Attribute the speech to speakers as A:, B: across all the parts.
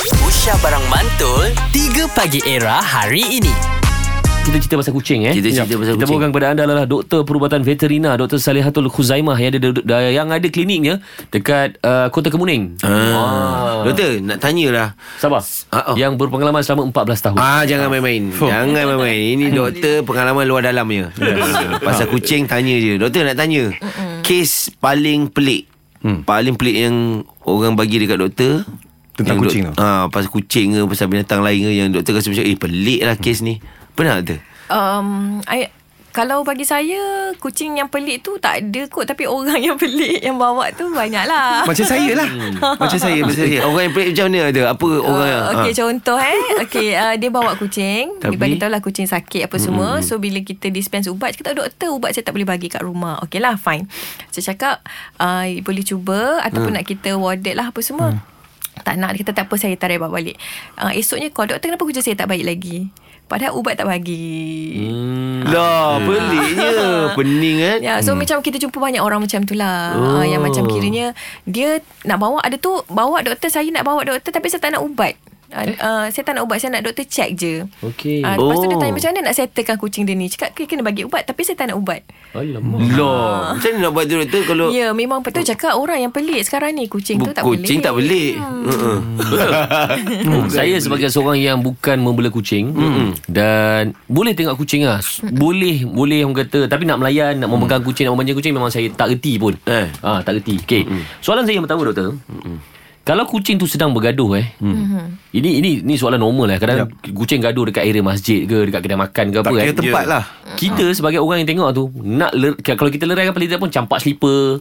A: Aisyah Barang Mantul 3 Pagi Era hari ini
B: Kita cerita pasal kucing eh.
C: Kita cerita pasal
B: Kita
C: kucing.
B: bawakan kepada anda adalah doktor perubatan veterina Dr. Salihatul Khuzaimah yang ada yang ada kliniknya dekat uh, Kota Kemuning.
C: Ah. Doktor, nak tanyalah.
B: Sabar.
C: Ah, ah.
B: Yang berpengalaman selama 14 tahun.
C: Ah jangan main-main. Jangan main-main. Ini doktor pengalaman luar dalamnya. Pasal kucing tanya je. Doktor nak tanya. Kes paling pelik. Paling pelik yang orang bagi dekat doktor
D: Tentang
C: Yang
D: kucing
C: dok-
D: tu?
C: Ah, pasal kucing ke pasal binatang lain ke yang doktor rasa macam eh pelik lah kes ni. Pernah tak?
E: Um, I, kalau bagi saya kucing yang pelik tu tak ada kot tapi orang yang pelik yang bawa tu banyaklah.
D: Macam saya lah Macam
C: Eh,
D: saya
C: pasal eh, orang yang pelik macam mana ada? Apa orang yang Ah.
E: Uh, okay, ha. contoh eh. Okay, uh, dia bawa kucing.
C: Tapi-
E: Tapi, dia bagi tahu lah kucing sakit apa semua. So, bila kita dispense ubat, kita tahu doktor ubat saya tak boleh bagi kat rumah. Okay lah, fine. Saya cakap, uh, boleh cuba ataupun nak kita warded lah apa semua. Tak nak, kita tak apa, saya tarik bawa balik. Uh, esoknya call doktor, kenapa kucing saya tak baik lagi? Padahal ubat tak bagi.
B: Hmm.
C: Lah peliknya Pening kan
E: Ya, so hmm. macam kita jumpa banyak orang macam tu lah. Oh. yang macam kiranya dia nak bawa, ada tu bawa doktor, saya nak bawa doktor tapi saya tak nak ubat. Uh, uh, saya tak nak ubat Saya nak doktor check je
B: Okey.
E: uh, Lepas tu dia
C: Oh.
E: tanya Macam mana nak settlekan kucing dia ni Cakap okay, kena bagi ubat Tapi saya tak nak ubat
B: Alamak.
E: Ah.
C: Lah Macam mana nak buat tu doktor Kalau
E: Ya memang betul cakap Orang yang pelik sekarang ni Kucing tu tak Hmm. pelik
C: kucing tak Hmm. pelik Mm-mm.
D: Hmm.
C: Hmm.
B: Hmm. Saya sebagai seorang yang bukan membela kucing mm dan boleh tengok kucing lah. S-
D: Hmm.
B: Boleh boleh orang kata tapi nak melayan, nak memegang kucing, nak memanjat kucing memang saya tak reti pun.
C: Eh.
B: Ha, tak reti. Okey.
D: Hmm.
B: Soalan saya yang pertama doktor. Kalau kucing tu sedang bergaduh eh.
D: Hmm.
B: Ini ini ni soalan normal lah. Kadang kucing gaduh dekat area masjid ke, dekat kedai makan ke apa
D: Tak
B: kan.
D: kira tempat lah
B: Kita
C: Ah.
B: sebagai orang yang tengok tu Nak ler, Kalau kita lerai kan Paling tidak pun campak slipper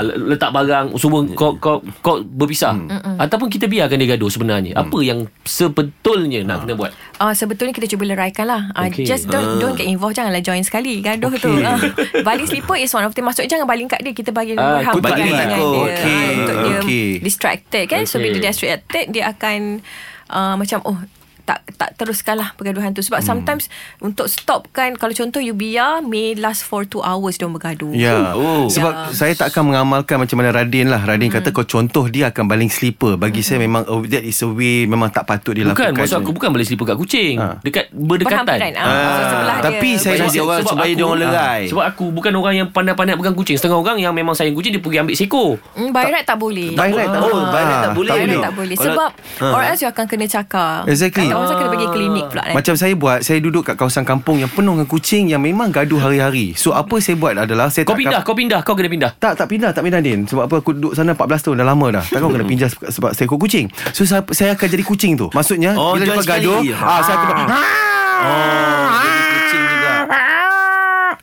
B: ha. Letak barang Semua
C: Ya,
B: kau, kau, kau berpisah
C: Hmm.
B: Mm-mm. Ataupun kita biarkan dia gaduh sebenarnya Apa yang sebetulnya Nak kena buat
C: Ah.
E: uh, Sebetulnya kita cuba leraikan lah uh,
B: Okey.
E: okay. Just don't, don't get involved Janganlah join sekali Gaduh okay. tu uh, Baling slipper is one of the Masuk jangan baling kat dia Kita bagi
B: Ah,
E: uh,
B: ikut
E: hamburger
C: baling
E: dengan
C: ikut.
E: dia
C: Okey.
E: Ah, Untuk dia
C: Okey.
E: distracted kan okay. So
B: Okey.
E: bila dia distracted Dia akan uh, Macam oh tak tak teruskanlah pergaduhan tu sebab hmm. sometimes untuk stopkan kalau contoh you biar may last for 2 hours dia bergaduh.
D: Ya
C: Oh.
D: oh. Sebab saya tak akan mengamalkan Macam mana Radin lah Radin
E: Hmm.
D: kata kau contoh dia akan baling sleeper Bagi saya memang oh, That is a way Memang tak patut
B: Bukan
D: dilakukan
B: Maksud aku bukan balik slipper kat kucing
D: Ha.
B: Dekat Berdekatan
E: Berhampiran. Ah, so sebelah
D: tapi
E: dia
D: saya
C: Sebab Ah.
D: rasa-
C: dia orang sebab dia orang lerai.
B: ah, Sebab aku bukan orang yang pandai-pandai pegang kucing Setengah orang yang memang sayang kucing Dia pergi ambil seekor
E: Hmm, by right tak boleh.
D: By right tak
C: Oh,
D: boleh.
C: by right tak
D: Ah,
C: boleh.
E: Tak boleh,
C: Kalau-
E: tak boleh.
C: kalau-
E: Sebab or else you akan kena cakar.
D: Exactly.
E: Kalau saya kena pergi klinik pula. kan.
D: Macam saya buat Saya duduk kat kawasan kampung Yang penuh dengan kucing Yang memang gaduh hari-hari So apa saya buat adalah saya
B: Kau
D: tak
B: pindah Kau pindah Kau kena pindah
D: Tak, tak pindah, tak pindah Din Sebab apa aku duduk sana 14 tahun Dah lama dah Takkan aku nak pindah sebab, sebab saya ikut kucing So saya, saya akan jadi kucing tu Maksudnya
C: Oh,
D: Bila
C: join
D: dia gaduh
C: sekali.
D: ah, Saya akan
C: Oh, jadi kucing juga.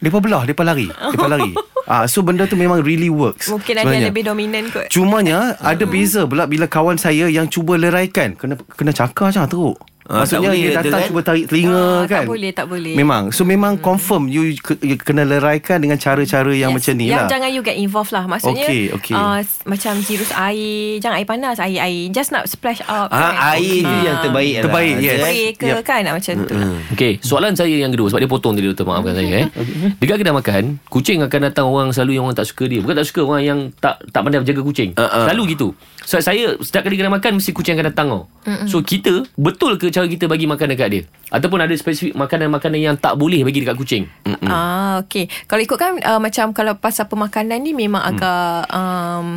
D: Mereka belah, mereka lari Mereka lari ah, So benda tu memang really works
E: Mungkin ada yang lebih dominan kot.
D: Cumanya ada beza pula bila kawan saya yang cuba leraikan kena kena cakar macam teruk.
C: Ah, tak
D: Maksudnya
C: boleh
D: dia
C: tu
D: datang
C: kan?
D: cuba tarik telinga
E: Ah, tak
D: kan.
E: boleh, tak boleh. Hmm.
D: Memang. So memang confirm you, ke- you kena leraikan dengan cara-cara yang macam ni
E: Yang
D: lah.
E: jangan you get involved lah Maksudnya
D: Okey, okey.
E: Uh, s- Macam hirus air Jangan air panas Air-air Just nak splash up kan?
C: Ah, air tu yang terbaik lah.
D: Terbaik, yes.
E: Spray ke
D: Yep.
E: kan nak Macam tu lah
B: Okey, soalan saya yang kedua sebab dia potong tadi doktor maafkan saya eh. Dekat kedai makan, kucing akan datang orang selalu yang orang tak suka dia. Bukan tak suka orang yang tak tak pandai jaga kucing.
C: Ah, ah.
B: Selalu gitu. So saya setiap kali kedai makan mesti kucing akan datang tau. So kita betul ke cara kita bagi makan dekat dia? Ataupun ada spesifik makanan-makanan yang tak boleh bagi dekat kucing?
E: Ah, okay. Kalau ikutkan uh, macam kalau pasal pemakanan ni memang
C: Mm.
E: agak um,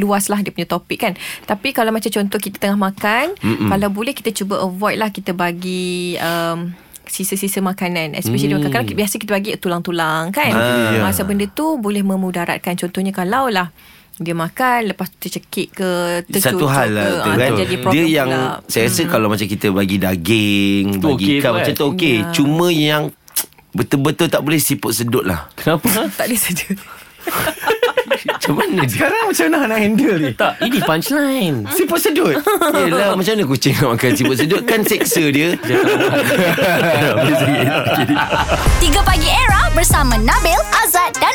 E: luas lah dia punya topik kan. Tapi kalau macam contoh kita tengah makan, Mm-mm. kalau boleh kita cuba avoid lah kita bagi um, sisa-sisa makanan especially mm. makanan biasa kita bagi tulang-tulang kan
C: Ah.
E: ah. masa benda tu boleh memudaratkan contohnya kalau lah dia makan lepas tu tercekik ke
C: Satu
E: tercucuk
C: hal
E: ke,
C: lah tu
E: ah,
C: kan
E: jadi
C: Dia
E: problem
C: yang
E: pula. Hmm.
C: Saya rasa kalau macam kita bagi daging
B: Tu
C: Bagi
B: okey
C: ikan
B: tu
C: Macam
B: kan?
C: tu okey eh?
E: Ya.
C: Cuma yang Betul-betul tak boleh siput sedut lah
B: Kenapa?
E: tak boleh saja
B: Macam mana dia?
D: Sekarang macam mana nak handle ni?
B: Tak, ini punchline.
D: Siput sedut.
C: Yelah macam mana kucing nak makan siput sedut Kan seksa dia
F: 3 Pagi Era bersama Nabil, Azad dan